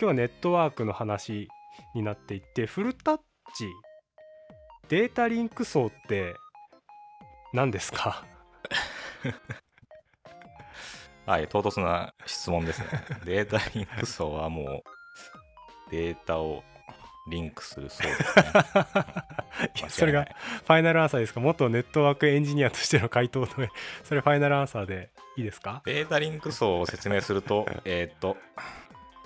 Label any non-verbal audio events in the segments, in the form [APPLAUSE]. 今日はネットワークの話になっていってフルタッチデータリンク層って何です [LAUGHS] かはい、唐突な質問ですね。 [LAUGHS] データリンク層はもう、データをリンクする層です [LAUGHS] ね。いや間違いないそれが。ファイナルアンサーですか元ネットワークエンジニアとしての回答の [LAUGHS] それファイナルアンサーでいいですかデータリンク層を説明すると、 [LAUGHS] えーっと、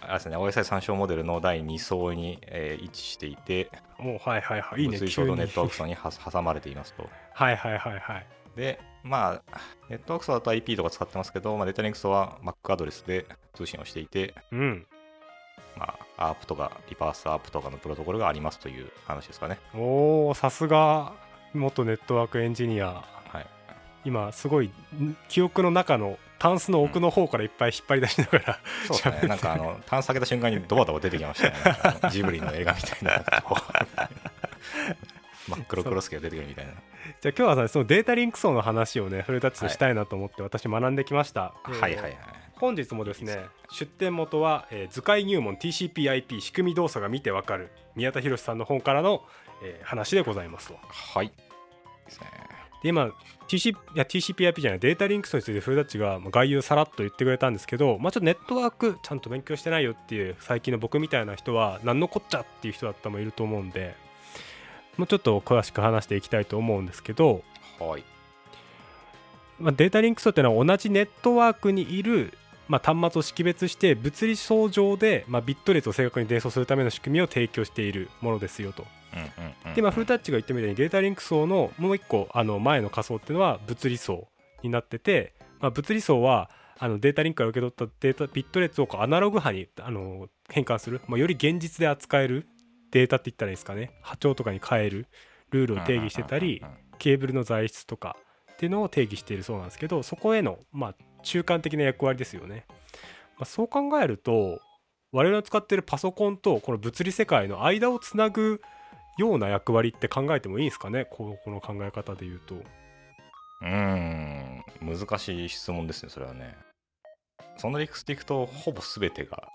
あれですね、OSI 参照モデルの第2層に、えー位置していて、もうはいはいはいいいね薄い急層にとネットワーク層には挟まれていますと。 [LAUGHS] はいはいはいはいで、まあ、ネットワーク層だと IP とか使ってますけど、まあ、データリンク層は Mac アドレスで通信をしていて、うんまあ、ARP とかリバース ARP とかのプロトコルがありますという話ですかね。おおさすが元ネットワークエンジニアはい。今すごいん記憶の中のタンスの奥の方からいっぱい引っ張り出しながら、そうです喋っねて。なんかあの、単下げた瞬間にドバドバ出てきましたね。なんかあのジブリの映画みたい [LAUGHS] な。なんかこう真っ黒クロスケが出てくるみたいな。じゃあ今日はさそのデータリンク層の話をねフルタッチでしたいなと思って私学んできました、はいはいえーはい。本日もですねいいです出店元は、えー図解入門 TCPIP 仕組み動作が見てわかる宮田博さんの本からの、えー話でございますとはい。ですね。で今 TC いや TCPIP じゃないデータリンクスについてフルダッチがまあ概要さらっと言ってくれたんですけど、まあ、ちょっとネットワークちゃんと勉強してないよっていう最近の僕みたいな人は何のこっちゃっていう人だったもいると思うんでもうちょっと詳しく話していきたいと思うんですけど、はい。まあ、データリンク層っていうのは同じネットワークにいる、まあ、端末を識別して物理層上で、まあ、ビット列を正確に伝送するための仕組みを提供しているものですよと。うんうんうん、で、まあ、フルルタッチが言ってみたようにデータリンク層のもう一個あの前の仮想っていうのは物理層になってて、まあ、物理層はあのデータリンクから受け取ったデータビット列をこうアナログ波にあの変換する、まあ、より現実で扱えるデータって言ったらいいですかね波長とかに変えるルールを定義してたりケーブルの材質とかっていうのを定義しているそうなんですけどそこへの、まあ、中間的な役割ですよね、まあ、そう考えると我々の使っているパソコンとこの物理世界の間をつなぐような役割って考えてもいいんですかねこうこの考え方で言う [LAUGHS] とうーん、難しい質問ですね、それはね。その理屈でいくと、ほぼ全て [LAUGHS] が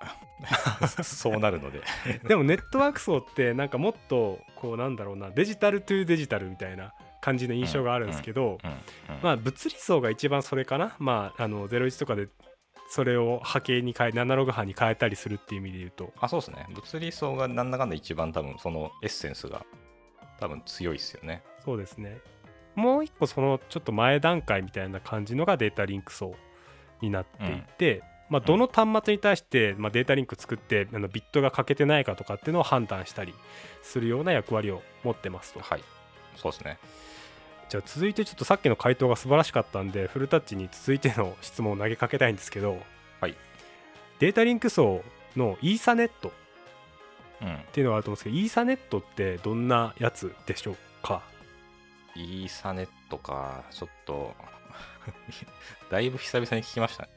そうなるので。でもネットワーク層ってなんかもっとこうなんだろうなデジタルトゥデジタルみたいな感じの印象があるんですけど、うんうんまあ物理層が一番それかなまああの01とかでそれを波形に変えアナログ波に変えたりするっていう意味で言うとあ、そうですね。物理層がなんだかんだ一番多分、そのエッセンスが多分強いですよね。そうですねもう一個そのちょっと前段階みたいな感じのがデータリンク層になっていて、まあ、どの端末に対して、まあ、データリンク作ってあのビットが欠けてないかとかっていうのを判断したりするような役割を持ってますとはい。そうですね。じゃあ続いてちょっとさっきの回答が素晴らしかったんでフルタッチに続いての質問を投げかけたいんですけど、はいデータリンク層のイーサネットっうん。ていうのがあると思うんですけどイーサネットってどんなやつでしょうかイーサネットか、ちょっと、 [LAUGHS] だいぶ久々に聞き [LAUGHS] ましたね。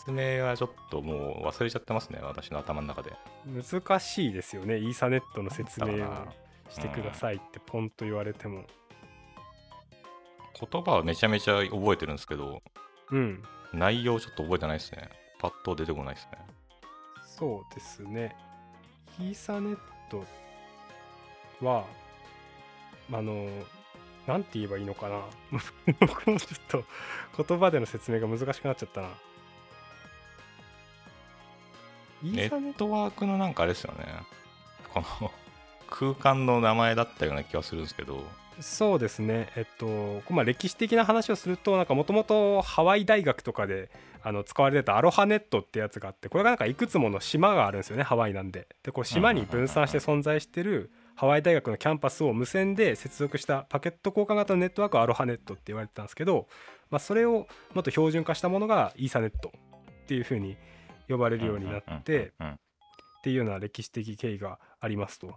説明はちょっともう忘れちゃってますね、私の頭の中で。難しいですよねイーサネットの説明だをかしてくださいってポンと言われてもら言葉はめちゃめちゃ覚えてるんですけど、うん内容ちょっと覚えてないですね。パッと出てこないですね。そうですねイーサネットはあのなんて言えばいいのかな [LAUGHS] 僕もちょっと言葉での説明が難しくなっちゃったなイネーサネッットトワークのなんかあれですよね。この空間の名前だったような気がするんですけど、そうですねえっと、まあ、歴史的な話をするとなんかもともとハワイ大学とかであの使われてたアロハネットってやつがあってこれがなんかいくつもの島があるんですよねハワイなんででこう島に分散して存在してるハワイ大学のキャンパスを無線で接続したパケット交換型のネットワークをアロハネットって言われてたんですけど、まあ、それをもっと標準化したものがイーサネットっていうふうに呼ばれるようになって、うんうんうんっていうような歴史的経緯がありますと。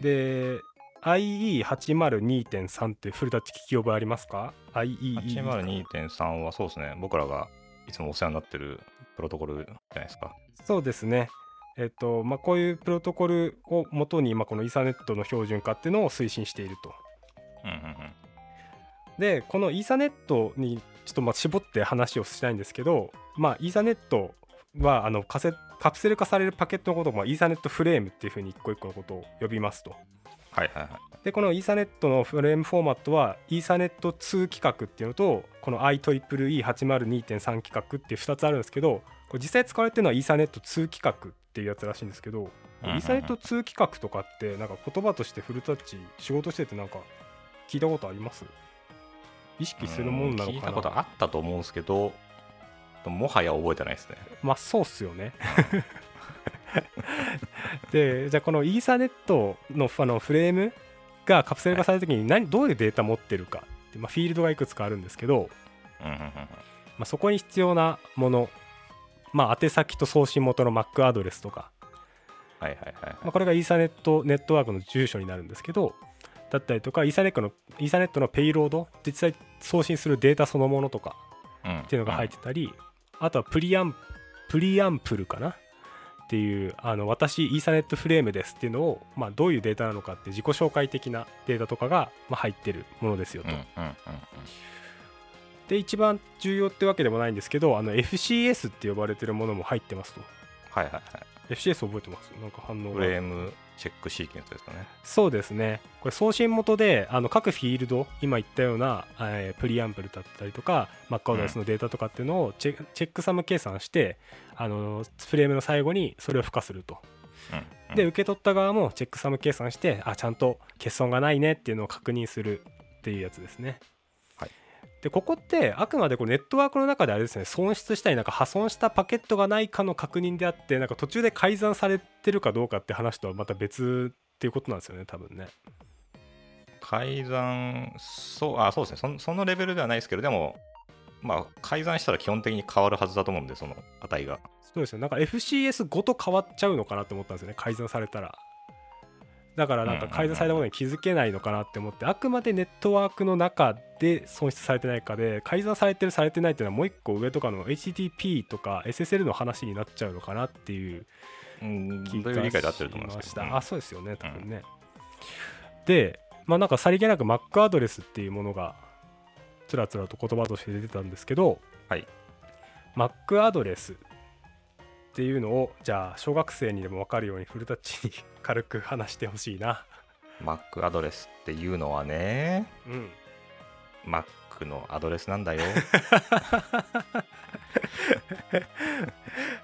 で IE802.3 ってフルタッチ聞き覚えありますか ?IE うん802.3はそうですね、僕らがいつもお世話になってるプロトコルじゃないですか。そうですね。えっとまあ、こういうプロトコルを元に今このイーサネットの標準化っていうのを推進していると。うんうんうん。でこのイーサネットにちょっとまあ絞って話をしたいんですけど、まあ、イーサネットはあのカセカプセル化されるパケットのことを、まあ、イーサネットフレームっていうふうに一個一個のことを呼びますと。はいはいはい。でこのイーサネットのフレームフォーマットはイーサネット2規格っていうのとこの IEEE802.3 規格っていう2つあるんですけどこれ実際使われてるのはイーサネット2規格っていうやつらしいんですけどイうんうんうんーサネット2規格とかってなんか言葉としてフルタッチ仕事しててなんか聞いたことあります意識するもんなう聞のいかたことなあったと思うんですけど、もはや覚えてないですね。まあそうっすよね [LAUGHS] でじゃあこのイーサネットのあのフレームがカプセル化された時に何、どういうデータ持ってるかって、まあ、フィールドがいくつかあるんですけど、うんうんうんうんまあ、そこに必要なもの、まあ、宛先と送信元の Mac アドレスとか、はいはいはいはい。まあ、これがイーサネットネットワークの住所になるんですけどだったりとかイーサネットのイーサネットのペイロード実際送信するデータそのものとかうんっていうのが入ってたり、あとはプリアンプリアンプルかなっていうあの私イーサネットフレームですっていうのを、まあ、どういうデータなのかって自己紹介的なデータとかが、まあ、入ってるものですようと。んうんうんうんで一番重要ってわけでもないんですけどあの FCS って呼ばれてるものも入ってますとはいはいはい。 FCS 覚えてますなんか反応フレがームチェックシーケンスですかね。そうですねこれ送信元であの各フィールド今言ったような、えープリアンプルだったりとか Mac アドレスのデータとかっていうのをチェ,、チェックサム計算してあのフレームの最後にそれを付加するとうんうんで受け取った側もチェックサム計算してあちゃんと欠損がないねっていうのを確認するっていうやつですね。はいでここってあくまでこうネットワークの中であれですね損失したりなんか破損したパケットがないかの確認であってなんか途中で改ざんされてるかどうかって話とはまた別っていうことなんですよね多分ね。改ざん、そう、あ、そうですねそん。そのレベルではないですけど、でも、まあ、改ざんしたら基本的に変わるはずだと思うんで、その値が。そうですよなんか FCS ごと変わっちゃうのかなと思ったんですよね改ざんされたらだからなんか改ざんされたことに気づけないのかなって思ってあくまでネットワークの中で損失されてないかで改ざんされてるされてないっていうのはもう一個上とかの HTTP とか SSL の話になっちゃうのかなっていううん、気どういう理解で合ってると思いますけしど。たあそうですよね多分ね、でまあなんかさりげなく Mac アドレスっていうものがつらつらと言葉として出てたんですけど、はい、 Mac アドレスっていうのをじゃあ小学生にでも分かるようにフルタッチに [LAUGHS] 軽く話してほしいな Mac アドレスっていうのはね、うん Mac のアドレスな [LAUGHS] んだよ。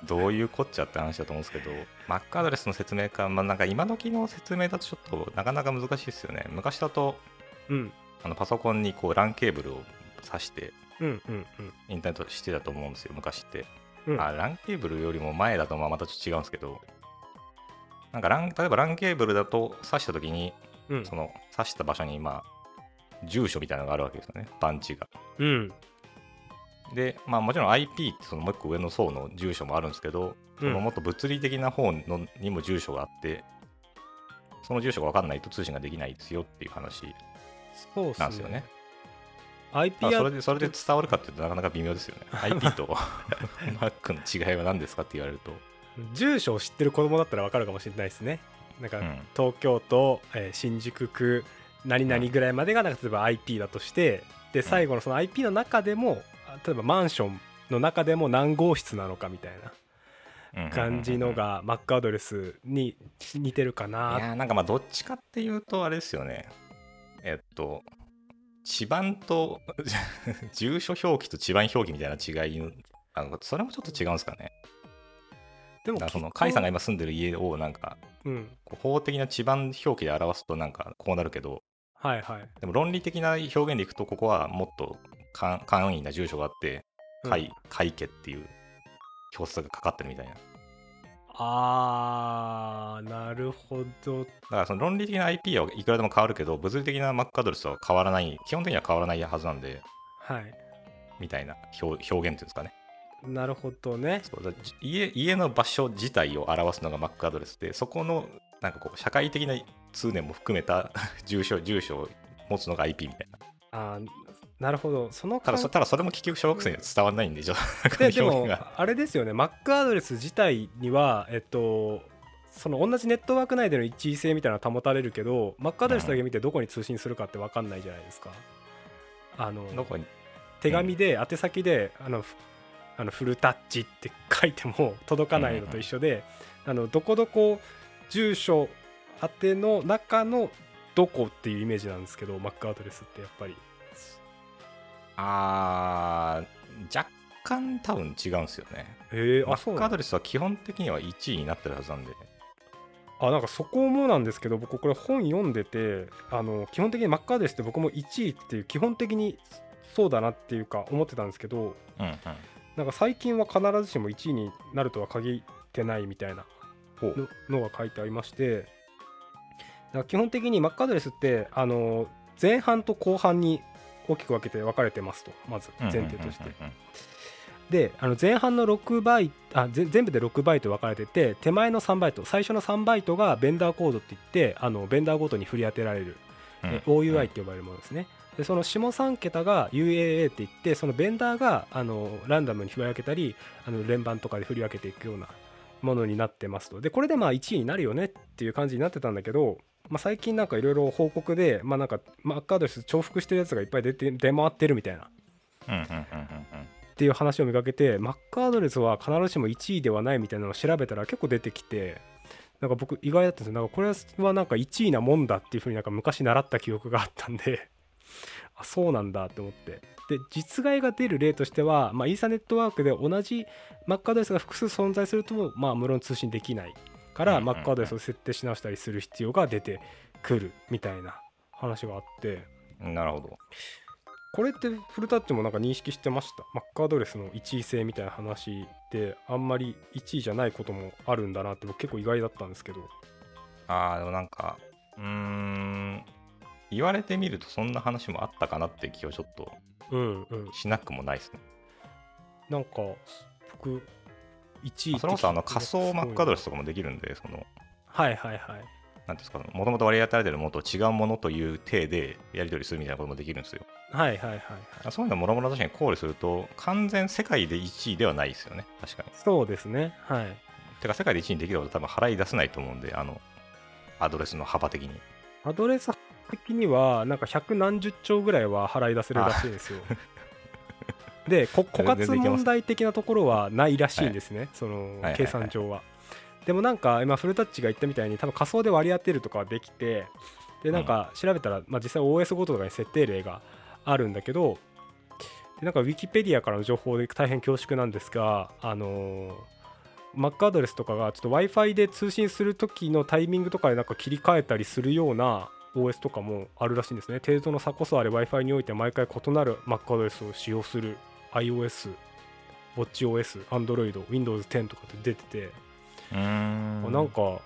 どういうこっちゃって話だと思うんですけど、Mac アドレスの説明か、まあ、なんか今時の説明だとちょっとなかなか難しいですよね。昔だとうんあのパソコンにこう LAN ケーブルを挿してうんうんうんインターネットしてたと思うんですよ、昔って。うんあ、LAN ケーブルよりも前だとまあまたちょっと違うんですけど、なんか LAN 例えば LAN ケーブルだと挿したときに、うんその刺した場所にまあ住所みたいなのがあるわけですよね、番地が。うんで、まあ、もちろん IP ってそのもう一個上の層の住所もあるんですけど、うそのんもっと物理的な方のにも住所があって、その住所が分かんないと通信ができないですよっていう話そうっなんですよね。 IP たアだそドれレでそれで伝わるかっていうとなかなか微妙 [LAUGHS] ですよね。IP と Mac の違いは何ですかって言われ [LAUGHS] ると。ス住所を知ってる子供だったら分かるかもしれないですねなんか、うん東京都、えー新宿区何々ぐらいまでがなんか例えば IP だとしてで最後のその IP の中でもあ例えばマンションの中でも何号室なのかみたいな感じの。が Mac アドレスに似てるかうんうんうんいなやーなんかまあどっちかっていうとあれですよね。えっと、地盤と [LAUGHS] 住所表記と地盤表記みたいな違いのあのそれもちょっと違うんですかね。でもだからそきっのと甲斐さんが今住んでる家をなんかうんこう法的な地盤表記で表すとなんかこうなるけどはいはいでも論理的な表現でいくとここはもっと簡簡易な住所があってうん甲斐甲斐家っていう表札がかかってるみたいなだあーなるほどからその論理的な IP はいくらでも変わるけど物理的な Mac アドレスは変わらない基本的には変わらないはずなんではいみたいな表表現っていうんですかねなるほどねそうだじ家家の場所自体を表すのが Mac アドレスでそこのなんかこう社会的な通念も含めた [LAUGHS] 住所住所を持つのが IP みたいなあーなるほどそのただそ感ただそれも結局小学生には伝わらないんで、ちょっと [LAUGHS] でで表も現が。あれですよね Mac アドレス自体にはえっとその同じネットワーク内での一位性みたいなのは保たれるけど Mac アドレスだけ見てどこに通信するかって分かんないじゃないですか。あのどこに手紙で宛先であのふあのフルタッチって書いても届かないのと一緒で、あのどこどこ住所宛ての中のどこっていうイメージなんですけど Mac アドレスってやっぱりあー、若干多分違うんですよね。えー、あそう Mac なアんだドレスは基本的には1位になってるはずなんで。あなんかそこもなんですけど僕これ本読んでてあの基本的に Mac アドレスって僕も1位っていう基本的にそうだなっていうか思ってたんですけどうんうん。なんか最近は必ずしも1位になるとは限ってないみたいなほう。ののが書いてありましてだから基本的に Mac アドレスってあの前半と後半に大きく分けて分かれてますとまず前提としてうんうんうんであの前半の6バイトあぜ全部で6バイト分かれてて手前の3バイト最初の3バイトがベンダーコードって言ってあのベンダーごとに振り当てられるうんうんえ OUI って呼ばれるものですね。でその下3桁が UAA って言ってそのベンダーがあのランダムに振り分けたりあの連番とかで振り分けていくようなものになってますとでこれでまあ1位になるよねっていう感じになってたんだけど、まあ、最近なんかいろいろ報告で、まあ、なんかマッカードレス重複してるやつがいっぱい出て出回ってるみたいなうんうんうんうんっていう話を見かけてマックアドレスは必ずしも1位ではないみたいなのを調べたら結構出てきてなんか僕意外だったんですよなんかこれはなんか1位なもんだっていうふうになんか昔習った記憶があったんで [LAUGHS] あそうなんだって思ってで実害が出る例としては、まあ、イーサネットワークで同じマックアドレスが複数存在すると、まあ、無論通信できないかうんらうんうマんックアドレスを設定し直したりする必要が出てくるみたいな話があってうんなるほど。これってフルタッチもなんか認識してました Mac アドレスの1位性みたいな話であんまり1位じゃないこともあるんだなって僕結構意外だったんですけどあー、でもなんか、うーん、言われてみるとそんな話もあったかなって気をちょっとうんうんしなくもないですね。なんか僕1位まあそれこそあのって聞い仮てすごい想マックアドレスとかもできるんで、その、はいはいはいなんていうんですか、もともと割り当てられてるものと違うものという体でやり取りするみたいなこともできるんですよ。はいはいはいはいそういうのもろもろ確かに考慮すると、完全世界で1位ではないですよね、確かに。そうですねはいてか、世界で1位にできること多分払い出せないと思うんで、あの、アドレスの幅的に。アドレス的にはなんか百何十兆ぐらいは払い出せるらしいですよでこ枯 [LAUGHS] 渇全然いけます問題的なところはないらしいんですね、そのはい計算上は,、でもなんか今フルタッチが言ったみたいに多分仮想で割り当てるとかはできてでなんか調べたら、まあ、実際 OS ごととかに設定例があるんだけどでなんかウィキペディアからの情報で大変恐縮なんですがあのー Mac アドレスとかがちょっと w i f i で通信する時のタイミングとかでなんか切り替えたりするような OS とかもあるらしいんですね程度の差こそあれ w i f i において毎回異なる Mac アドレスを使用する iOS、WatchOS、Android、Windows10 とかって出てて、うーあなんかこ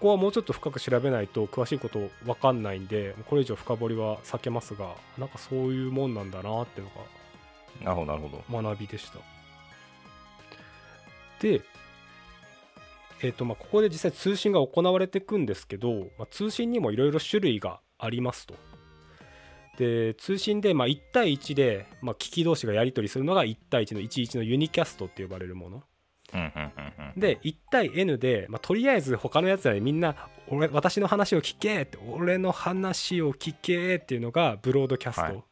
こはもうちょっと深く調べないと詳しいこと分かんないんでこれ以上深掘りは避けますがなんかそういうもんなんだなってのがなるほど、なるほど。学びでした。で、えーとまあ、ここで実際通信が行われていくんですけど、まあ、通信にもいろいろ種類がありますと。で通信でまあ1対1で、まあ、機器同士がやり取りするのが1対1の11のユニキャストって呼ばれるもの。うんうんうんうん、で1対 N で、まあ、とりあえず他のやつらにみんな俺私の話を聞けって俺の話を聞けっていうのがブロードキャスト、はい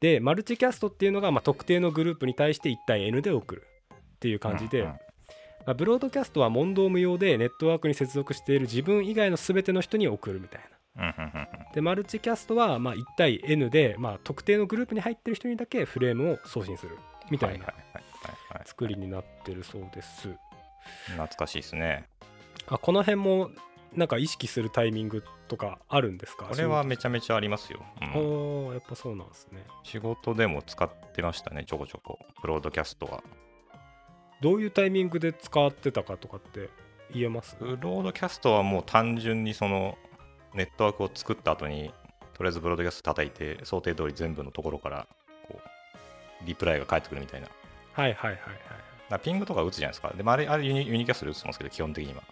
でマルチキャストっていうのが、まあ、特定のグループに対して1対 N で送るっていう感じで、うんうんまあブロードキャストは問答無用でネットワークに接続している自分以外の全ての人に送るみたいな。うんうんうんでマルチキャストはまあ1対 N で、まあ、特定のグループに入ってる人にだけフレームを送信するみたはいいはないはいはいはい作りになってるそうです。懐かしいですね。あこの辺もなんか意識するタイミングとかあるんですかこれはめちゃめちゃありますよ。う仕事んおーやっぱそうなんですね仕事でも使ってましたね、ちょこちょこ。ブロードキャストは。どういうタイミングで使ってたかとかって言えますブロードキャストはもう単純にそのネットワークを作った後にとりあえずブロードキャスト叩いて想定通り全部のところからこうリプライが返ってくるみたいなだかはいはいはいらピングとか打つじゃないですかでもあれあれユニユニキャストで打つと思うんですけど基本的には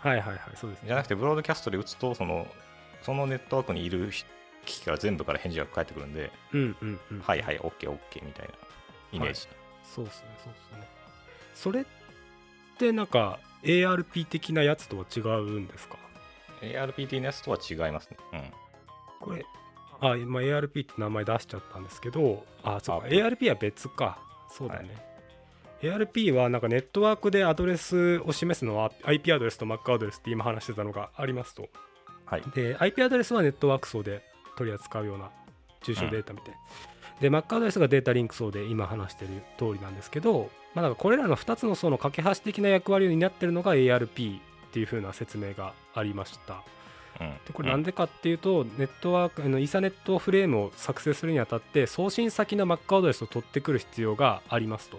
はいはいはいはいそうですねじゃなくてブロードキャストで打つとそのそのネットワークにいる機器から全部から返事が返ってくるんで、うんうんうんはいはい OKOK みたいなイメージ、そうですねそうですねそれってなんか ARP 的なやつとは違うんですか ARPT のやつとは違いますねうんこれあ今 ARP って名前出しちゃったんですけどあそうかあ ARP は別かそうだね ARP はなんかネットワークでアドレスを示すのは IP アドレスと Mac アドレスって今話してたのがありますと。はい。で、IP アドレスはネットワーク層で取り扱うような中小データみたいな。で、Mac アドレスがデータリンク層で今話してる通りなんですけど、まあ、なんかこれらの2つの層の架け橋的な役割を担ってるのが ARP っていう風な説明がありました。うん、でこれなんでかっていうと、ネットワークあのイーサネットフレームを作成するにあたって送信先の Mac アドレスを取ってくる必要がありますと。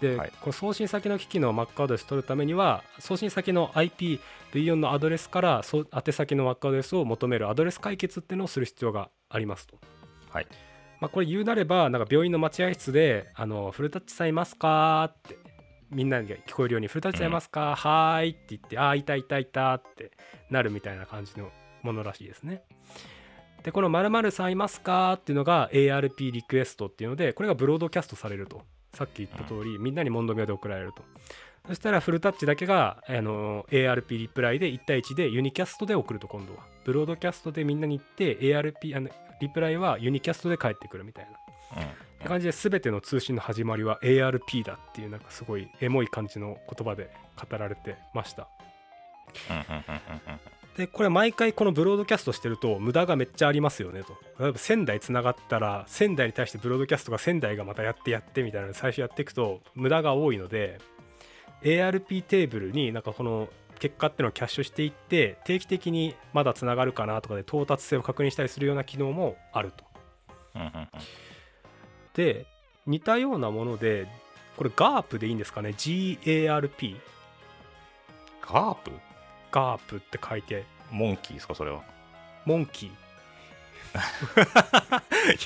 で、はいこの送信先の機器の Mac アドレスを取るためには送信先の IPv4 のアドレスからそう宛先の Mac アドレスを求めるアドレス解決っていうのをする必要がありますと。はい。まあ、これ言うなればなんか病院の待合室であの「フルタッチさんいますか?」ってみんなに聞こえるように「フルタッチさんいますかはーい」って言って「ああいたいたいた」ってなるみたいな感じのものらしいですね。でこの「〇〇さんいますか?」っていうのが ARP リクエストっていうのでこれがブロードキャストされるとさっき言った通り、みんなに問答メアで送られると。そしたらフルタッチだけが、あの ARP リプライで1対1でユニキャストで送ると今度は。ブロードキャストでみんなに行って ARP あのリプライはユニキャストで返ってくるみたいな。って感じで全ての通信の始まりは ARP だっていうなんかすごいエモい感じの言葉で語られてました。うんうんうんうんうんうんでこれ毎回このブロードキャストしてると無駄がめっちゃありますよねと例えば仙台つながったら仙台に対してブロードキャストが仙台がまたやってやってみたいなので最初やっていくと無駄が多いので ARP テーブルになんかこの結果っていうのをキャッシュしていって定期的にまだつながるかなとかで到達性を確認したりするような機能もあるとうんうんうんで似たようなものでこれ GARP でいいんですかね GARP ガープ GARP って書いてモンキーですか、そ [LAUGHS] れは。モンキー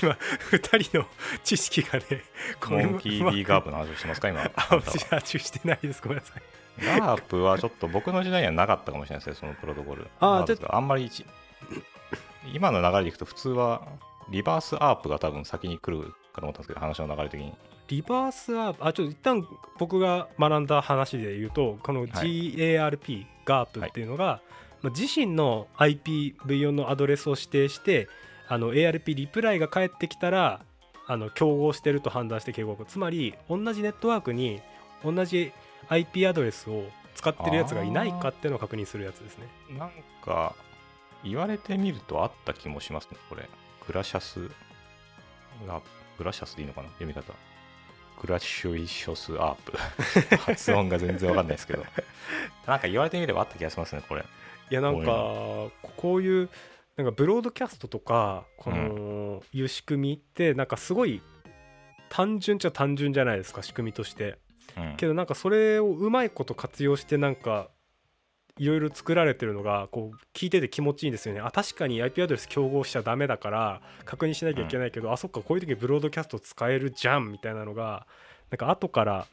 今2人の知識がねモンキー D ガガープの話をしてますか、[LAUGHS] 今。あーなたはプ注してないですごめんなさいガープはちょっと僕の時代にはなかったかもしれないですね、そのプロトコル。あーなんですかあんまり一、今の流れでいくと、普通はリバースアープが多分先に来るかと思ったんですけど、話の流れ的に。リバースアープあちょっと一旦僕が学んだ話で言うとこの GARP、GARP っていうのが、まあ自身の IPv4 のアドレスを指定してあの ARP リプライが返ってきたらあの競合してると判断して警告つまり同じネットワークに同じ IP アドレスを使ってるやつがいないかっていうのを確認するやつですねなんか、言われてみるとあった気もしますね、これ。グラシャスが、グラシャスでいいのかな読み方。グラシュイショスアープ。発音が全然わかんないで [LAUGHS] すけど。なんか言われてみればあった気がしますね、これ。いやなんかここういうなんかブロードキャストとかこうのいう仕組みってなんかすごい単純っちゃ単純じゃないですか仕組みとしてうんけどなんかそれをうまいこと活用してなんかいろいろ作られてるのがこう聞いてて気持ちいいんですよねあ確かに IP アドレス競合しちゃダメだから確認しなきゃいけないけど、あそっかこういう時ブロードキャスト使えるじゃんみたいなのがなんか後から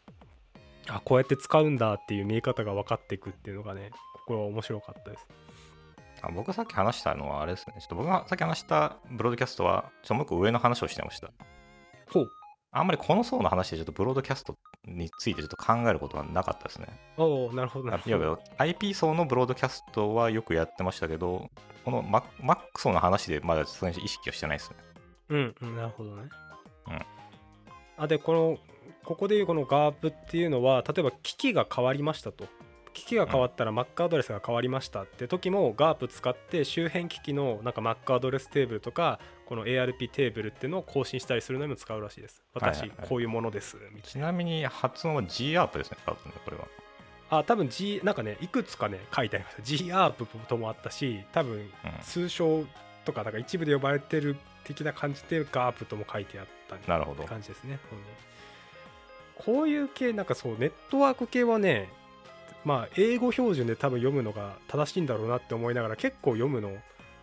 あこうやって使うんだっていう見え方が分かっていくっていうのがねここは面白かったですあ僕さっき話したのはあれですね。ちょっと僕がさっき話したブロードキャストは、ちょっともう一個上の話をしてました。ほうあんまりこの層の話でちょっとブロードキャストについてちょっと考えることはなかったですね。おおなるほどなるほいわゆどる IP 層のブロードキャストはよくやってましたけど、この Mac Mac 層の話でまだそれに意識はしてないですね。うん、うん、なるほどねうんあでこのここでいうこの GARP っていうのは例えば機器が変わりましたと機器が変わったら Mac アドレスが変わりましたって時も GARP 使って周辺機器のなんか Mac アドレステーブルとかこの ARP テーブルっていうのを更新したりするのにも使うらしいですはいはい私はいこういうものですみたいちなみに発音は G アープですね、多分ね、これは。なあ多分 G なんかねいくつかね書いてありました GARP ともあったし多分う通称とかなんか一部で呼ばれてる的な感じでガープとも書いてあったりん、なるほど。感じですね。うんこういう系なんかそうネットワーク系はねまあ英語標準で多分読むのが正しいんだろうなって思いながら結構読むの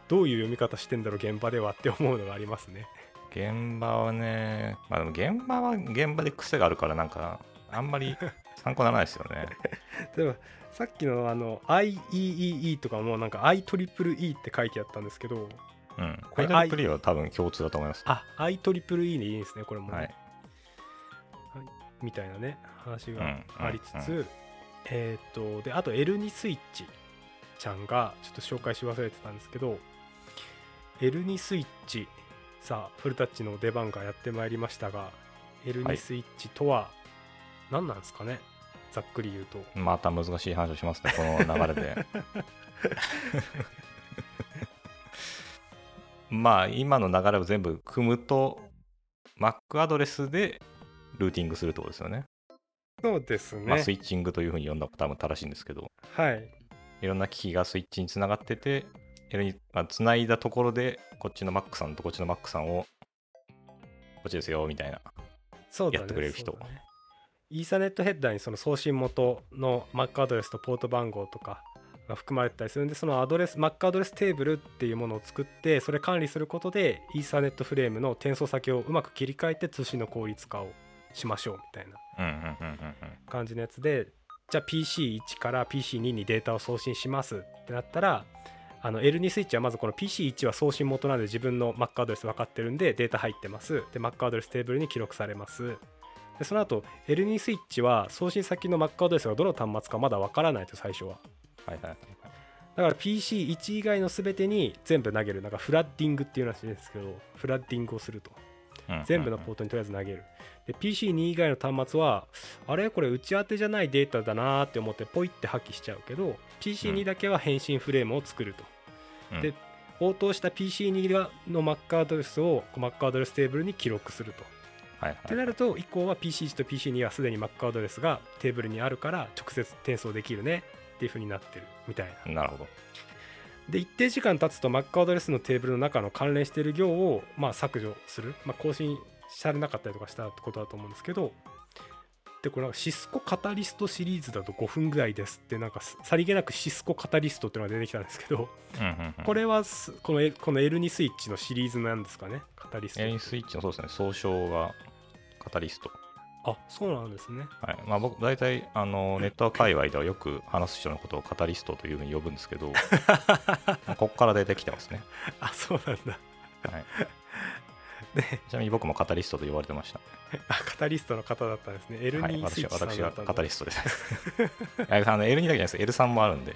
どういう読み方してんだろう現場ではって思うのがありますね。現場はね、まあでも現場は現場で癖があるから、なんか、あんまり参考にならないですよね。 [LAUGHS] 例えばさっきのあの IEEE とかもなんか IEEE って書いてあったんですけどうん。こアれイドルプリーは多分共通だと思います。あ IEEE でいいんですねこれもね、はい。みたいなね話うんうがんありつつ、うえーっとであと L2 スイッチちゃんがちょっと紹介し忘れてたんですけど L2 スイッチさあフルタッチの出番がやってまいりましたがは L2 いスイッチとは、何なんですかねざっくり言うとまた難しい話をしますね、この流れ [LAUGHS] で。まあ、今の流れを全部組むと、Mac アドレスでルーティングするってことですよね。そうですね、まあ、スイッチングというふうに呼んだこと多分正しいんですけど、はいいろんな機器がスイッチにつながってて、L にまあつないだところで、こっちの Mac さんとこっちの Mac さんを、こっちですよ、みたいな。そうだねやってくれる人そうだねイーサネットヘッダーにその送信元の Mac アドレスとポート番号とかが含まれてたりするんでそのアドレス Mac アドレステーブルっていうものを作ってそれ管理することでイーサネットフレームの転送先をうまく切り替えて通信の効率化をしましょうみたいなうんうんうんうん感じのやつでじゃあ PC1 から PC2 にデータを送信しますってなったらあの L2 スイッチはまずこの PC1 は送信元なんで自分の Mac アドレス分かってるんでデータ入ってますで Mac アドレステーブルに記録されますでその後 L2 スイッチは送信先の Mac アドレスがどの端末かまだ分からないと最初ははいはいはい。だから PC1 以外の全てに全部投げるなんかフラッディングっていうらしいんですけどフラッディングをするとうん全部のポートにとりあえず投げる。で、PC2 以外の端末は、あれこれ打ち当てじゃないデータだなーって思って、ポイって破棄しちゃうけど、う PC2 んだけは返信フレームを作ると。うんで応答した PC2 がの Mac アドレスを Mac アドレステーブルに記録すると。はいはいってなると、以降は PC1 と PC2 はすでに Mac アドレスがテーブルにあるから、直接転送できるねっていう風になってるみたいな。なるほど。で一定時間経つと Mac アドレスのテーブルの中の関連している行を、まあ、削除する、まあ、更新されなかったりとかしたってことだと思うんですけどでこれはシスコカタリストシリーズだと5分ぐらいですってなんかすさりげなくシスコカタリストっていうのが出てきたんですけどうんうんうんこれはすこの L- この L2 スイッチのシリーズなんですかねカタリストエイスイッチのそうですね、総称がカタリスト。あそうなんです [LAUGHS] ねはいまあ、僕、大体あのネットワーク界隈ではよく話す人のことをカタリストというふうに呼ぶんです [LAUGHS] けど、まあここから大体来てますね、あそうなんだはい。ちなみに僕もカタリストと呼ばれてました。あカタリストの方だったんですねはい、 L2 スイ私ッはチさん私だがったんカタだリストです。いや [LAUGHS] あの L2 だけじゃないです、L3 もあるんで、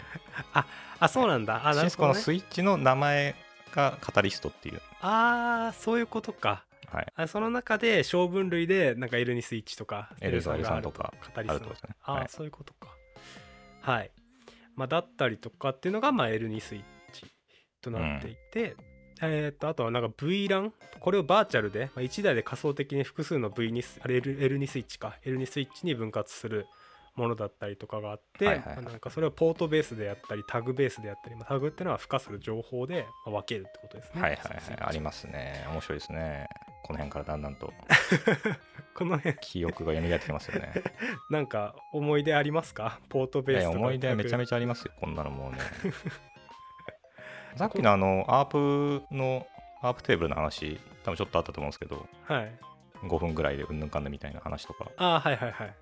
あそうなんだあなシるスほど、コのね、スイッチの名前がカタリストっていう。ああそういうことかはいあその中で小分類でなんか L2 スイッチとか L3 があるとかカタリあスるトととかですね。ああ、はい、そういうことかはい、まあ、だったりとかっていうのがまあ L2 スイッチとなっていて、えー、とあとはなんか VLAN これをバーチャルで、まあ、1台で仮想的に複数の V にあれ L- L2 スイッチか L2 スイッチに分割するものだったりとかがあって、はいはいはいまあなんかそれをポートベースでやったりタグベースでやったり、まあ、タグっていうのは付加する情報でまあ分けるってことですねはいはいはい、ありまますね。面白いですね。この辺からだんだんとすこの辺記憶が蘇ってきますよね。なんか思い出ありますかポートベーえスえとか思い出はめちめちゃめちゃありますよこんなのもうねさっきのあのアープのアープテーブルの話多分ちょっとあったと思うんですけどゃはい5分ぐらいでうんぬんかんぬんみたいな話とかこあーはいはいはいの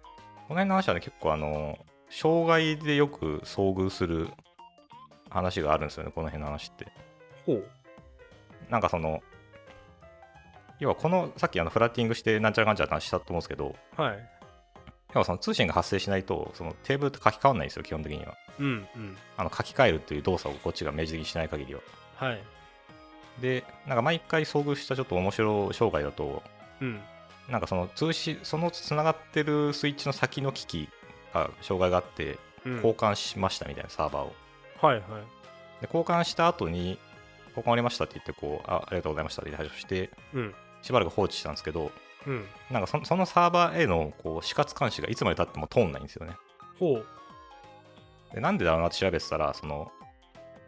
辺の話はね結構あの障害でよく遭遇する話があるんですよねこの辺の話ってほうなんかその要はこのさっきあのフラッティングしてなんちゃらかんちゃらって話したと思うんですけどはい要はその通信が発生しないとそのテーブルって書き換わらないんですよ基本的にはうんうんあの書き換えるっていう動作をこっちが明示的にしない限りははいでなんか毎回遭遇したちょっと面白い障害だとうんなんかその通信そのつながってるスイッチの先の機器が障害があってうん交換しましたみたいなサーバーをはいはいで交換した後に交換終わりましたって言ってこうあありがとうございましたって退場してうんしばらく放置したんですけどうんなんかそそのサーバーへのこう死活監視がいつまでたっても通んないんですよねほうでなんでだろうなって調べてたらその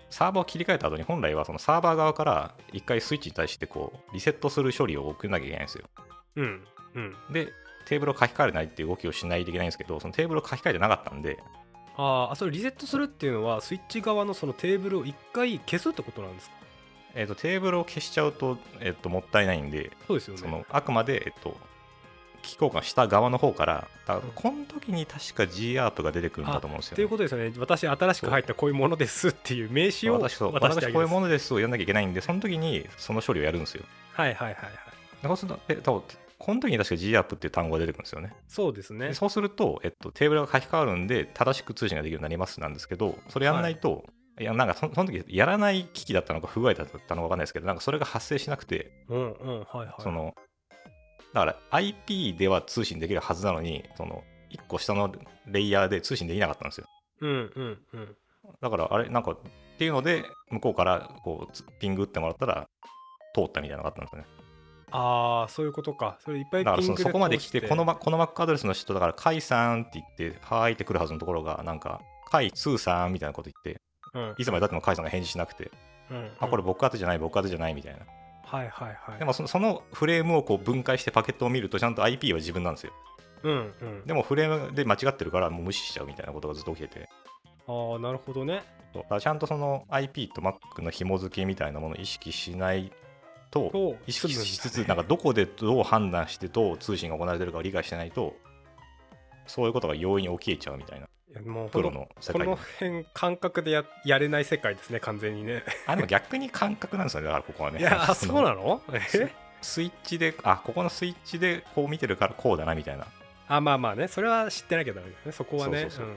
サーバーを切り替えた後に本来はそのサーバー側から一回スイッチに対してこうリセットする処理を送らなきゃいけないんですようんうんで、テーブルを書き換えれないっていう動きをしないといけないんですけど、そのテーブルを書き換えてなかったんで、あーあそれリセットするっていうのはスイッチ側のそのテーブルを一回消すってことなんですかえー、とテーブルを消しちゃうと,、えー、ともったいないんで、そうですよねそのあくまで、えー、と機器交換した側の方から、だからこの時に確か GARP が出てくるんだと思うんですっていよ、うね。ことですよね私新しく入ったこういうものですっていう名刺を渡私してそあうげます私こういうものですをやんなきゃいけないんで、その時にその処理をやるんですよ。はいはいはいはいでそうすると、え多分この時に確か GARP っていう単語が出てくるんですよね。そうですねでそうすると、えっと、テーブルが書き換わるんで、正しく通信ができるようになりますなんですけど、それやんないと、い、や、なんかそ、その時、やらない機器だったのか、不具合だったのかわかんないですけど、なんかそれが発生しなくて、うんうんはいはいその、だから IP では通信できるはずなのに、その、 1個下のレイヤーで通信できなかったんですよ。うんうんうん。だから、あれ、なんか、っていうので、向こうから、こう、つピング打ってもらったら、通ったみたいなのがあったんですよね。ああ、そういうことか。それいっぱいだからその、ピンクそこまで来て、通しこのマこの Mac アドレスの人、だから、カイさんって言って、はーいって来るはずのところが、なんか、カイツーさんみたいなこと言って、うんいつまでたってもカイさんが返事しなくて、うんあ、これ僕宛てじゃない、僕宛てじゃないみたいな。はいはいはい。でもその、そのフレームをこう分解してパケットを見ると、ちゃんと IP は自分なんですよ。うんうん。でも、フレームで間違ってるから、もう無視しちゃうみたいなことがずっと起きてて。ああ、なるほどね。そうだからちゃんとその IP と Mac の紐付けみたいなものを意識しないとと意識しつつ済むんなだんねかどこでどう判断してどう通信が行われてるかを理解してないとそういうことが容易に起きえちゃうみたいないやもうプほんロとのこ世界での辺感覚でややれない世界ですね完全にね。あでも逆に感覚なんですよねだからここはねいやーそそのうなの？え？スイッチであここのスイッチでこう見てるからこうだなみたいなあまあまあねそれは知ってなきゃダメだよねそこはね。そううそうそうん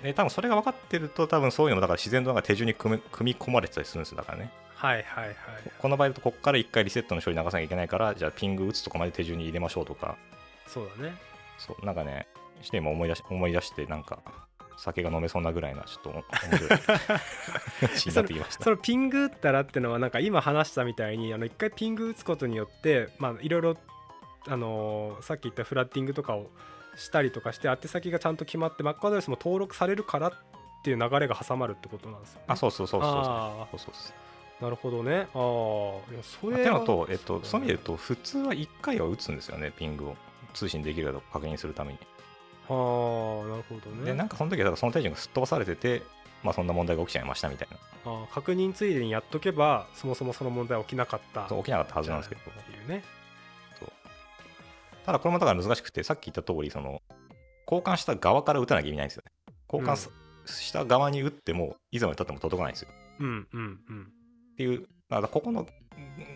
で多分それが分かってると多分そういうのもだから自然となんか手順に組み組み込まれてたりするんですよだからねはいはいはい。この場合だとこっから1回リセットの処理流さなきゃいけないからじゃあピング打つとこまで手順に入れましょうとかそうだね。そう、なんかね、ちょっと今思い出し思い出して、なんか、酒が飲めそうなぐらいな、ちょっ [LAUGHS] と面白い [LAUGHS] 話になってきました。そのピング打ったらってのはなんか今話したみたいにあの一回ピング打つことによってまあいろいろあのーさっき言ったフラッティングとかをしたりとかして宛先がちゃんと決まってマックアドレスも登録されるからっていう流れが挟まるってことなんですよね、あ、そうそうそうそうあそう。そうそうそうーなるほどね。ああ、いやそまあれてはのと、えっと、そういう意味で言うだねと、普通は1回は打つんですよね、ピングを。通信できるかどうか確認するために。ああ、なるほどね。で、なんかその時は、だからその手順がすっ飛ばされてて、まあ、そんな問題が起きちゃいましたみたいな。あー確認ついでにやっとけば、そもそもその問題は起きなかった。そう起きなかったはずなんですけど。っていうね。ただ、これもだから難しくて、さっき言った通り、その、交換した側から打たなきゃ意味ないんですよね。交換すした側に打っても、いつまでたっても届かないんですようんうんうん。っていう、だからここの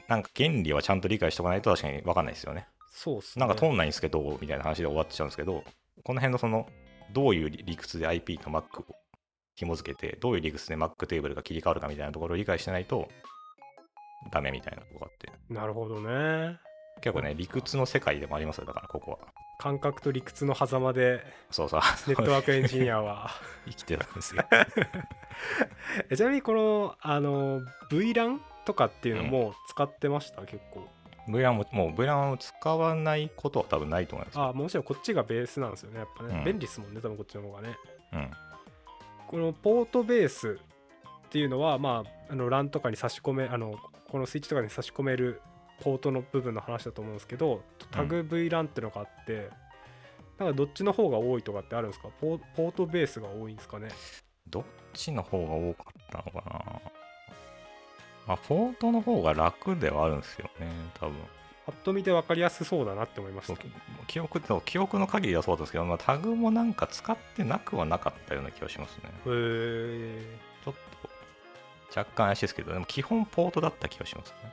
なんか原理はちゃんと理解しておかないと確かに分かんないですよね。そうっすね。なんか通んないんですけど、みたいな話で終わっちゃうんですけど、この辺のその、どういう理屈で IP と Mac を紐付けて、どういう理屈で Mac テーブルが切り替わるかみたいなところを理解してないと、ダメみたいなとこがあって。なるほどね。結構ね、理屈の世界でもありますよ、だからここは。感覚と理屈の狭間でそうそう、ネットワークエ [LAUGHS] ンジニアは生きてたんですよ。えちなみにこのあの VLAN とかっていうのも使ってました、結構 VLAN も、もう VLAN を使わないことは多分ないと思います。あもちろんこっちがベースなんですよねやっぱね、うん便利ですもんね多分こっちの方がねうん。このポートベースっていうのはまああの LAN とかに差し込めあのこのスイッチとかに差し込めるポートの部分の話だと思うんですけどタグ VLAN っていうのがあって、なんかどっちの方が多いとかってあるんですかポーポートベースが多いんですかねどっちの方が多かったのかなまあ、ポートの方が楽ではあるんですよね、多分。パッと見て分かりやすそうだなって思いましそうた記憶と記憶の限りはそうだったんですけど、まあ、タグもなんか使ってなくはなかったような気がしますへね。ーちょっと若干怪しいですけど、でも基本ポートだった気がしますね。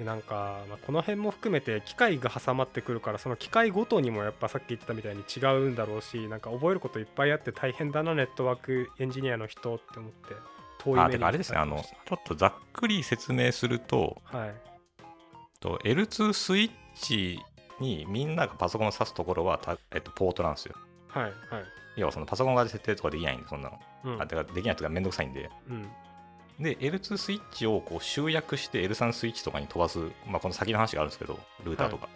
でなんか、まあ、この辺も含めて機械が挟まってくるからその機械ごとにもやっぱさっき言ってたみたいに違うんだろうしなんか覚えることいっぱいあって大変だなネットワークエンジニアの人って思って遠い目あ、にてかあれですね、あの、ちょっとざっくり説明すると、はいと L2 スイッチにみんながパソコンを挿すところはタ、えっと、ポートなんですよ。はいはい、要はそのパソコン側で設定とかできないんで、そんなの。うんあ、てかできないとかめんどくさいんで。うん、で、L2 スイッチをこう集約して L3 スイッチとかに飛ばす、まあ、この先の話があるんですけど、ルーターとか。はい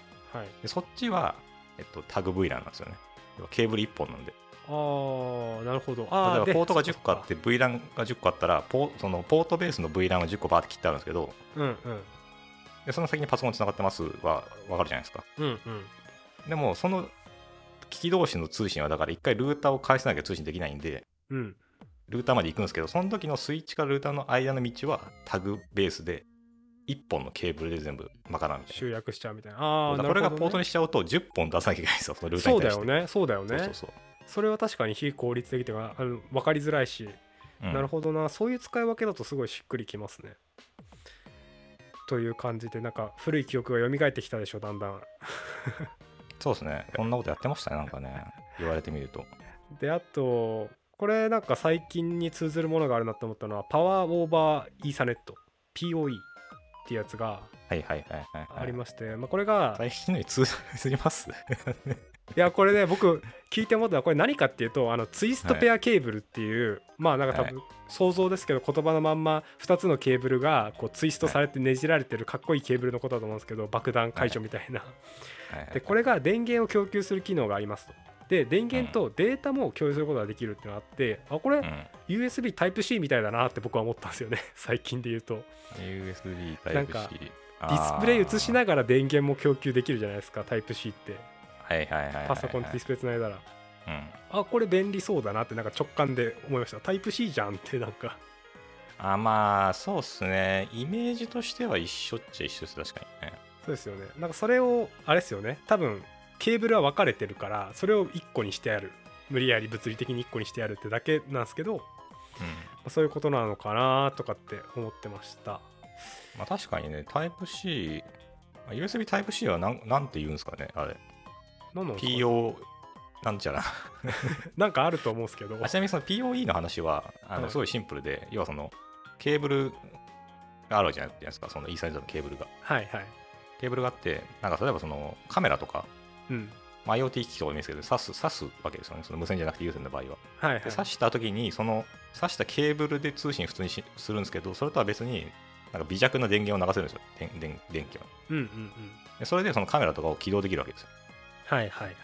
でそっちは、えっと、タグ VLAN なんですよね。要はケーブル1本なんで。ああなるほどあ例えばでポートがそ10個あって VLAN が10個あったら、ポーそのポートベースの VLAN は10個バーって切ってあるんですけど、うんうんでその先にパソコンつながってますはわかるじゃないですか。うんうんでも、その機器同士の通信は、だから1回ルーターを返さなきゃ通信できないんで、うんルーターまで行くんですけど、その時のスイッチからルーターの間の道はタグベースで、1本のケーブルで全部賄うみたいな。集約しちゃうみたいなああだからこれがポートにししちゃうと10本出さなきゃいけないんですよ、そのルーターそにうだ対して。よねそうだよねそうそうそれは確かに非効率的というかあの分かりづらいしそう。うんなるほどなそういう使い分けだとすごいしっくりきますね。という感じでなんか古い記憶が蘇ってきたでしょだんだん。そうですね。こんなことやってましたね、なんかね。言われてみると。であとこれなんか最近に通ずるものがあるなと思ったのはパワーオーバーイーサネット POE ってやつがはいはいはいはい、はい。ありまして、まあ、これが [LAUGHS] 最近のに通ずります。いやこれね僕聞いて思ったのはこれ何かっていうとあのツイストペアケーブルっていう、まあなんか多分想像ですけど言葉のまんま2つのケーブルがこうツイストされてねじられてるかっこいいケーブルのことだと思うんですけど爆弾解除みたいな。はいはいでこれが電源を供給する機能がありますと。で電源とデータも共有することができるっていうのがあってあこうれん USB Type-C みたいだなって僕は思ったんですよね [LAUGHS] 最近で言うと USB なん Type-C かデディスプレイ映しなががら電源も供給できるじゃないですか Type-C ってはいはいはいはいはいパソコンとディスプレイつないだらうんあこれ便利そうだなってなんか直感で思いましたタイプ C じゃんってなんか [LAUGHS] あまあそうっすねイメージとしては一緒っちゃ一緒です確かにねそうですよねなんかそれをあれですよね多分ケーブルは分かれてるからそれを1個にしてやる無理やり物理的に1個にしてやるってだけなんですけどまうんあそういうことなのかなとかって思ってましたまあ確かにね Type-C まあ USB Type-C はなんなんて言うんですかねあれなんなんですか PO なんちゃらなんかあると思うんですけどあちなみにその POE の話はあはのいすごいシンプルで、要はそのケーブルがあるわけじゃないですかそのイーサイドのケーブルがはいはいケーブルがあってなんか例えばそのカメラとか、うんまあ、IoT 機器とかでもいいですけど挿す挿すわけですよねその無線じゃなくて有線の場合ははいはいで挿した時にその挿したケーブルで通信普通にしするんですけどそれとは別になんか微弱な電源を流せるんですよ電電電気をうんうんうんでそれでそのカメラとかを起動できるわけですよはいはいはい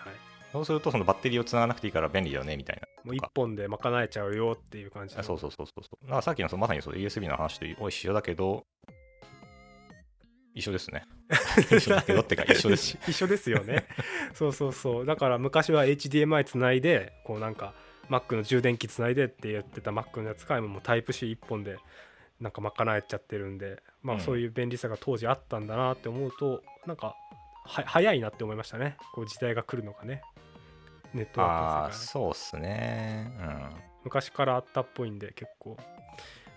そうするとそのバッテリーをつながなくていいから便利だよねみたいなもう1本で賄えちゃうよっていう感じのあそうそうそうそうそう。だからさっきのそのまさにそう USB の話と一緒だけど、一緒ですね。一緒だけどってか一緒で [LAUGHS] すし。一緒ですよねそうそうそうだから昔は HDMI つないでこうなんか Mac の充電器つないでってやってた Mac のやつが今もう Type-C1 本でなんか賄えちゃってるんでまうあんそういう便利さが当時あったんだなって思うと、なんかは早いなって思いましたねこう時代が来るのがねネットあワークのあ、世界そうっすね。昔からあったっぽいんで結構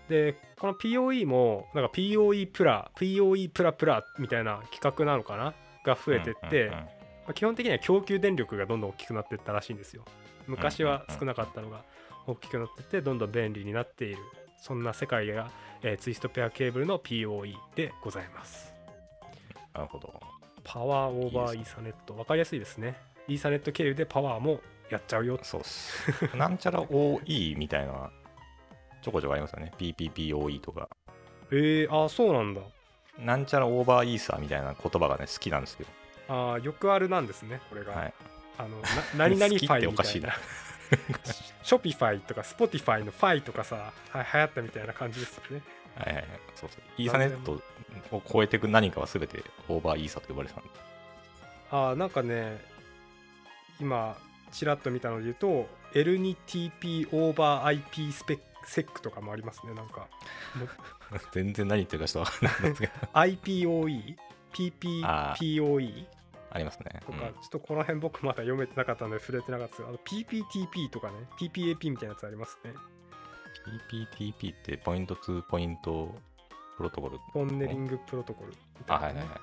でこの POE もなんか POE プラ POE プラプラみたいな企画なのかながうん。増えてって、うんうんうんまあ基本的には供給電力がどんどん大きくなっていったらしいんですよ昔は少なかったのが大きくなってってどんどん便利になっているそんな世界が、えーツイストペアケーブルの POE でございますなるほど。パワーオーバーいいイーでサネット分かりやすいですねイーサネット経由でパワーもやっちゃうよそうっす。なんちゃら OE みたいな、ちょこちょこありますよね。PPPOE とか。えー、ああそうなんだなんちゃらオーバーイーサーみたいな言葉がね、好きなんですけど。ああよくあるなんですねこれが、はい。あのな [LAUGHS] 何々フ好きっァてイおみかたしいいなな [LAUGHS] ショピファイとかスポティファイのファイとかさは流行ったみたいな感じですよねはいはいはい。そうそう。イーサネットを超えていく何かは全てオーバーイーサーと呼ばれてたんで。あーなんかね今ちらっと見たので言うと L2TP オーバー IP スペックセックとかもありますねなん [LAUGHS] か全然何言ってるかちょっと分かんないんですけど。 IPOE あ PPPOE ありますね。とか、うんちょっとこの辺僕まだ読めてなかったので触れてなかったですがあと PPTP とかね PPAP みたいなやつありますね PPTP ってポイント2ポイントプロトコル。トンネリングプロトコルみあ、たいなはいね、はいはい。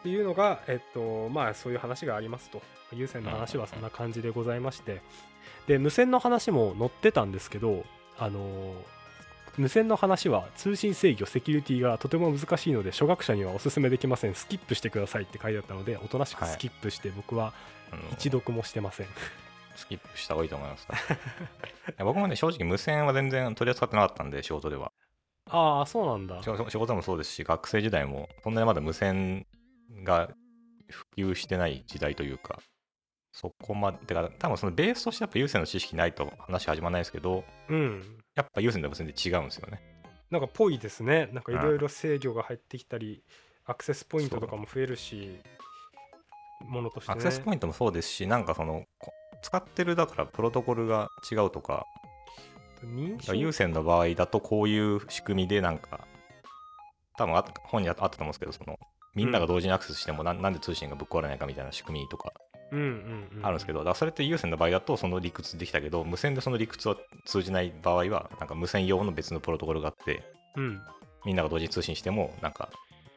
っていうのが、えっと、まあそういう話がありますと。有線の話はそんな感じでございまして。で、無線の話も載ってたんですけど、あのー無線の話は通信制御、セキュリティがとても難しいので、初学者にはお勧めできません。スキップしてくださいって書いてあったので、おとなしくスキップして、僕はあの一読もしてません。スキップした方がいいと思います。 [LAUGHS] いや僕もね、正直無線は全然取り扱ってなかったんで、仕事では。ああ、そうなんだ。仕仕事でもそうですし、学生時代も、そんなにまだ無線が普及してない時代というか、そこまで、てか、多分そのベースとしてやっぱ有線の知識ないと話始まらないですけど、うん。やっぱ有線と無線で違うんですよね。なんかぽいですね。なんかいろいろ制御が入ってきたり、アクセスポイントとかも増えるし、ものとしてアね。クセスポイントもそうですし、なんかその、こ使ってるだからプロトコルが違うとか、認だから証有線の場合だとこういう仕組みでなんか多分あ本にああったと思うんですけどそのみんなが同時にアクセスしてもな,、ん、なんで通信がぶっ壊れないかみたいな仕組みとかうんうんうん、あるんですけど、だからそれって有線の場合だとその理屈できたけど無線でその理屈は通じない場合はなんか無線用の別のプロトコルがあってうん、みんなが同時に通信してもなんか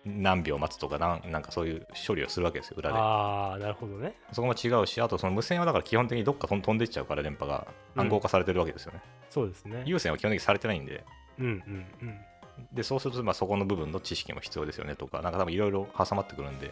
何秒待つとかなんなんかそういう処理をするわけですよ裏でああなるほどねそこも違うしあとその無線はだから基本的にどっか飛ん飛んでっちゃうから電波が暗号化されてるわけですよね、そうですね有線は基本的にされてないんでうんうんうんでそうするとまあそこの部分の知識も必要ですよねとかなんか多分いろいろ挟まってくるんで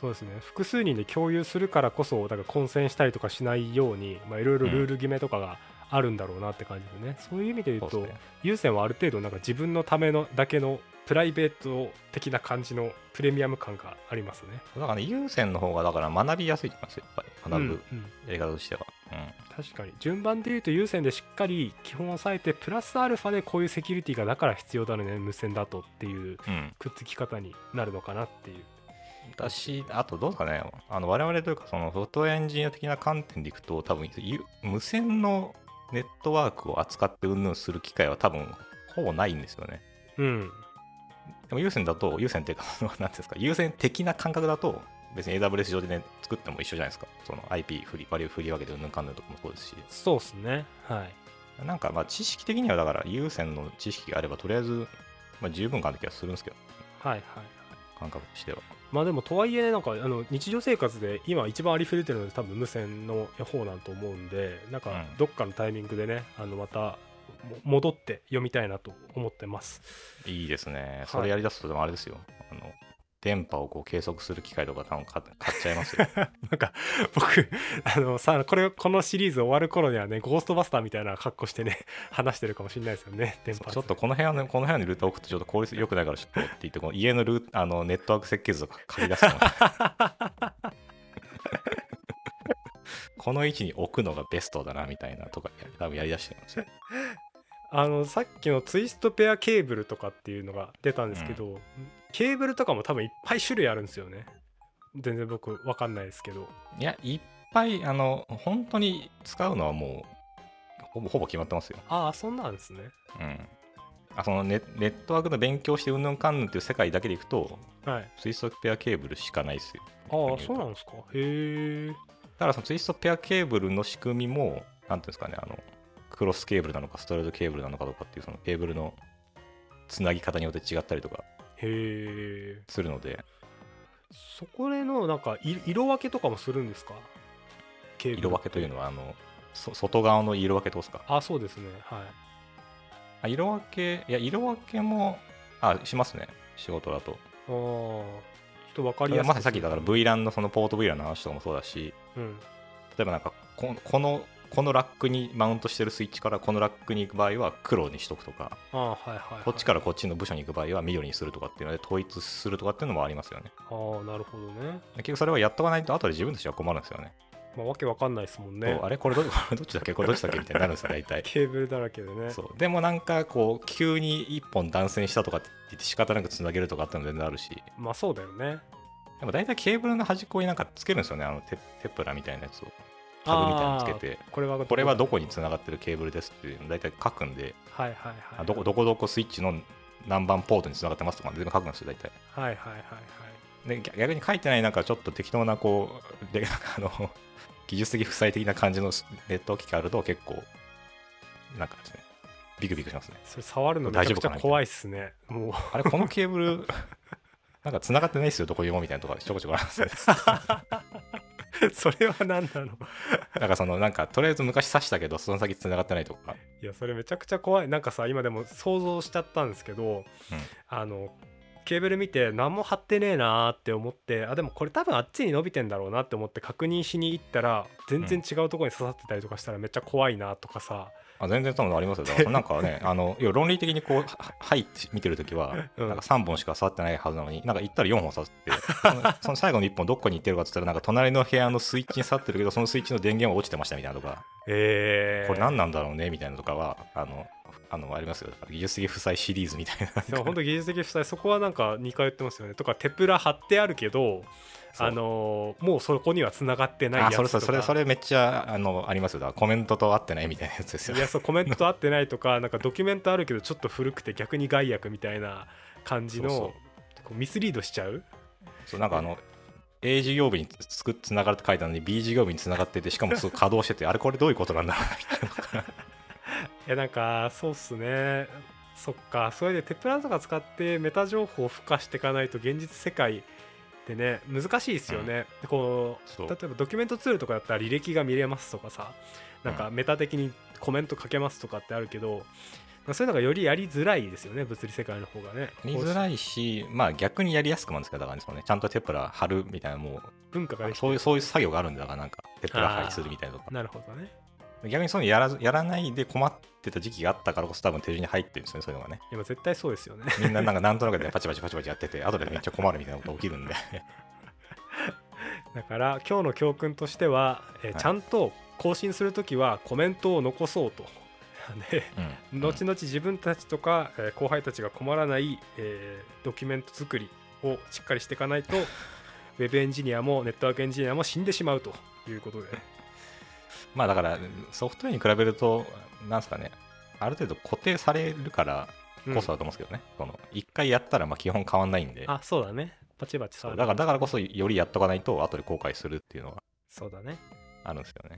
そうですね複数人で共有するからこそだから混戦したりとかしないようにまあいろいろルール決めとかがあるんだろうなって感じでね、そういう意味で言うそうとですね優先はある程度なんか自分のためのだけのプライベート的な感じのプレミアム感がありますね。だからね、優先の方がだから学びやすいと思いますよやっぱり学ぶうんうんやり方としては。うん確かに順番で言うと優先でしっかり基本を抑えてプラスアルファでこういうセキュリティがだから必要だね無線だとっていううん、くっつき方になるのかなっていう私、あとどうですかね、あの我々というか、そのソフトウェアエンジニア的な観点でいくと、多分ゆ無線のネットワークを扱ってうんぬんする機会は多分ほぼないんですよね。うんでも優先だと、優先っていうか、 [LAUGHS] そのなんていうんですか、優先的な感覚だと、別に AWS 上で、ね、作っても一緒じゃないですか。その IP 振り、バリュー振り分けてうんぬんかんぬんとかもそうですし。そうですねはいなんかまあ知識的にはだから優先の知識があればとりあえずまあ十分かな気がするんですけどはいはい感覚としてはまあでもとはいえなんかあの日常生活で今一番ありふれてるので多分無線の方なんと思うんでなんかうんどっかのタイミングでねあのまたも戻って読みたいなと思ってますいいですねいそれやりだすとでもあれですよ、あの電波をこう計測する機械とか多分買っ買っちゃ [LAUGHS] いますよなんか [LAUGHS] 僕あのさこれこのシリーズ終わる頃にはねゴーストバスターみたいな格好してね話してるかもしれないですよね電波ちょっとこの部屋のこの部屋にルーター置くとちょっと効率良くないからちょっとって言ってこの家のルーあのネットワーク設計図とか借り出す [LAUGHS] のこの位置に置くのがベストだなみたいなとか多分やりだしてるんですよあのさっきのツイストペアケーブルとかっていうのが出たんですけど、ケーブルとかも多分いっぱい種類あるんですよね全然僕わかんないですけどいや、いっぱい、あの、本当に使うのはもう、ほぼほぼ決まってますよ。ああそんなんですねうん。あそのネネットワークの勉強してうんぬんかんぬんっていう世界だけでいくと、はいツイストペアケーブルしかないですよ。ああそうなんですかへえだからそのツイストペアケーブルの仕組みも、なんていうんですかね、あの、クロスケーブルなのか、ストレートケーブルなのかとかっていう、そのケーブルのつなぎ方によって違ったりとかへえするので、そこでのなんかい色分けとかもするんですかケーブル色分けというのは、あの、そ外側の色分けどうですかあそうですねはいあ色分け、いや、色分けも、あ、しますね。仕事だと。ああちょっとわかそりれやはすいまさにさっきだから VLAN のそのポート VLAN の話とかもそうだしうん例えばなんかここのこのラックにマウントしてるスイッチからこのラックに行く場合は黒にしとくとかああはいはい、はい、こっちかからこっちの部署に行く場合は緑にするとかっていうので統一するとかっていうのもありますよねああなるほどね、結局それはやっとかないと後で自分たちは困るんですよねまあ、わけわかんないですもんねそうあれこれどこれどっちだっけこれどっちだっけみたいになるんですよ大体ケーブルだらけで [LAUGHS] ねそうでもなんかこう急に一本断線したとかって言って仕方なくつなげるとかっていうのも全然あるしまあそうだよねでも大体ケーブルの端っこになんかつけるんですよねあのテテプラみたいなやつをタグみたいなのつけてあーこれはこれはどこにつつながってるケーブルですっていうのを大体書くんで、はいはいはあいどこどこどこスイッチの何番ポートにつながってますとか全部書くんですよ、大体。はいはいはいはいで逆逆に書いてないなんかちょっと適当なこう、でなん [LAUGHS] かあの技術的負債的な感じのネット機器あると結構、なんかですね、ビクビクしますね。それ触るのめちゃくちゃ大丈夫かな怖いっすねもうあれ、このケーブル、 [LAUGHS] なんかつながってないですよ、どこにもみたいなとこちょこちょこあるんですよそれは何なのなんかその、なんかとりあえず昔刺したけど、その先つながってないとか。いやそれめちゃくちゃ怖いなんかさ今でも想像しちゃったんですけど、あのケーブル見て何も貼ってねえなーって思ってあでもこれ多分あっちに伸びてんだろうなって思って確認しに行ったら全然違うところに刺さってたりとかしたらめっちゃ怖いなとかさ、あ全然多分ありますよ。[LAUGHS] だからなんかね、あの、いや論理的にこう、ははいって見てるときは、うんなんか3本しか触ってないはずなのに、なんか行ったら4本触って、その [LAUGHS] その最後の1本どこに行ってるかって言ったら、なんか隣の部屋のスイッチに触ってるけど、そのスイッチの電源は落ちてましたみたいなとか、えー、これ何なんだろうねみたいなとかは、あの、あのありますよ。だから技術的負債シリーズみたいな。で [LAUGHS] も本当技術的負債そこはなんか2回言ってますよねとか手プラ貼ってあるけどそうあのーもうそこには繋がってないやあ、つとそかれそれ、それ、それめっちゃ、あの、ありますよ。だからコメントと合ってないみたいなやつですよい。やそうコメントと合ってないとか [LAUGHS] なんかドキュメントあるけどちょっと古くて逆に害悪みたいな感じのそうそうこうミスリードしちゃうそうなんかあの A 事業部につくつながるって書いたのに B 事業部につながっててしかもすごい稼働しててあれこれどういうことなんだろうなみたいなのがいやなんかそうっすねそっかそれでテプラとか使ってメタ情報を付加していかないと現実世界ってね難しいですよね、でこうそう例えばドキュメントツールとかだったら履歴が見れますとかさなんかメタ的にコメント書けますとかってあるけど、まあ、そういうのがよりやりづらいですよね物理世界の方がね見づいらいし、まあ逆にやりやすくもなんですけど、だからね、そのね、ちゃんとテプラ貼るみたいな、も文化がでう、きてそういう、そういう作業があるんだから、なんか、テプラ貼りするみたいなとか。なるほどね逆にそういうのやらずやらないで困ってた時期があったからこそ、多分手順に入ってるんですよね、そういうのがね。いやまあ絶対そうですよね [LAUGHS] みんななんかなんとなくでパチパチパチパチやってて、後でめっちゃ困るみたいなこと起きるんで。だから今日の教訓としては、えーはいちゃんと更新するときはコメントを残そうと [LAUGHS] でうん後々自分たちとか、えー後輩たちが困らない、えードキュメント作りをしっかりしていかない [LAUGHS] とウェブエンジニアもネットワークエンジニアも死んでしまうということでまあだから、ソフトウェアに比べると、なんですかね、ある程度固定されるからこそだと思うんですけどね、その一回やったらまあ基本変わんないんで、あそうだねパチパチそ触うるだからだからこそよりやっとかないと、後で後悔するっていうのはそうだねあるんですよね。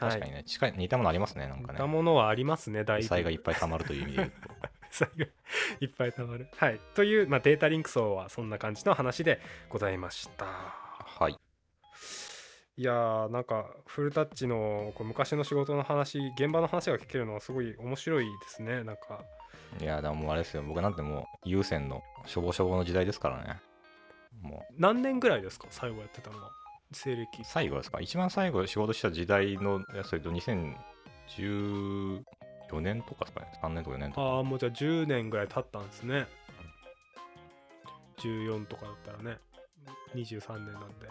はい確かにね、近い似たものありますね、なん似かたね。ものはありますねだい負ぶ [LAUGHS] 債がいっぱい溜まるという意味で言うと。最後いっぱいたまる。はい、という、まあ、データリンク層はそんな感じの話でございました。はい。いやーなんかフルタッチのこう昔の仕事の話現場の話が聞けるのはすごい面白いですねなんかいや、でももうあれですよ、僕なんてもう、優先の、しょぼしょぼの時代ですからね。も何年ぐらいですか最後やってたのは西暦う、最後ですか、一番最後仕事した時代のやつで言うと、2014年とかですかね、3年とか4年とか。ああもうじゃあ10年ぐらい経ったんですね14とかだったらね23年なんで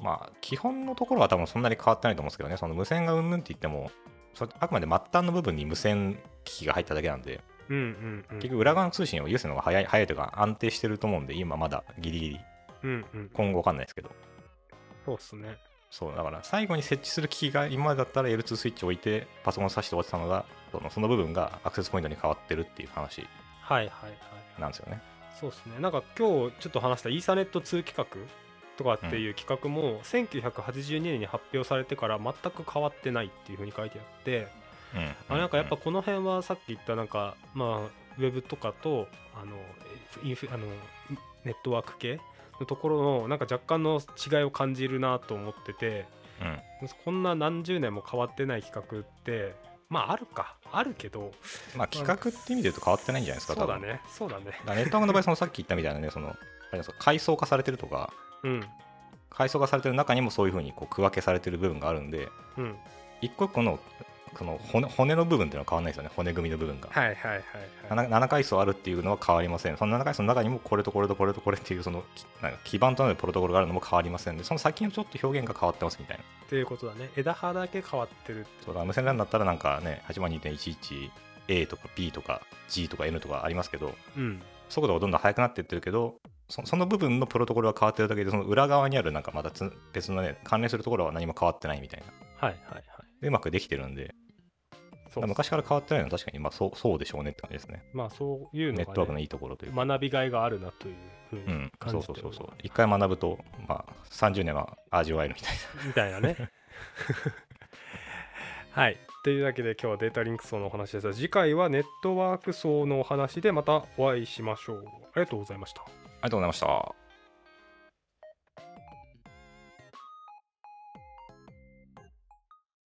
まあ、基本のところは多分そんなに変わってないと思うんですけどね、その無線がうんぬんって言っても、それあくまで末端の部分に無線機器が入っただけなんで、うんうんうん結局裏側の通信は優先の方が早い早いというか安定してると思うんで、今まだギリギリ、うんうん今後わかんないですけど、そうっすねそう、だから最後に設置する機器が今までだったら L2 スイッチ置いて、パソコン挿して終わってたのが、そのその部分がアクセスポイントに変わってるっていう話はいはいはいなんですよね。そうですねなんか今日ちょっと話したイーサネット2企画とかっていう企画も1982年に発表されてから全く変わってないっていうふうに書いてあって、うあんなんかやっぱうこの辺はさっき言ったなんかまあウェブとかとあのインフあのネットワーク系のところのなんか若干の違いを感じるなと思っててんうんこんな何十年も変わってない企画ってまああるかあるけどまあ企画って意味で言うと変わってないんじゃないですか、そうだ多分。ねそうだねだからネットワークの場合、そのさっき言ったみたいなね、その、あれなんですか階層化されてるとか、うん階層化されてる中にもそういうふうにこう区分けされてる部分があるんでうん一個一個のこの骨骨の部分っていうのは変わらないですよね骨組みの部分が、はいはいはいはい七 7, 階層あるっていうのは変わりませんその7階層の中にもこれとこれとこれとこれっていうそのきなんか基盤となるプロトコルがあるのも変わりませんでその先のちょっと表現が変わってますみたいなっていうことだね枝葉だけ変わってるそうだから無線 LAN だったらなんかね 802.11A とか B とか G とか N とかありますけどうん速度がどんどん速くなっていってるけどそその部分のプロトコルは変わってるだけでその裏側にあるなんかまたつ別のね関連するところは何も変わってないみたいなはいはいはいでうまくできてるんでそうだから昔から変わってないのは確かに、まあ、そうそうでしょうねって感じですね。まあそういうネのットワーがクのね、いいところというか。学びがいがあるなというふううにん、そ感うじてそうるそうそう。一回学ぶと、まあ、30年は味わえるみたいみたいなね [LAUGHS] はいというわけで今日はデータリンク層のお話でした次回はネットワーク層のお話でまたお会いしましょうありがとうございましたな。ありがとうございました。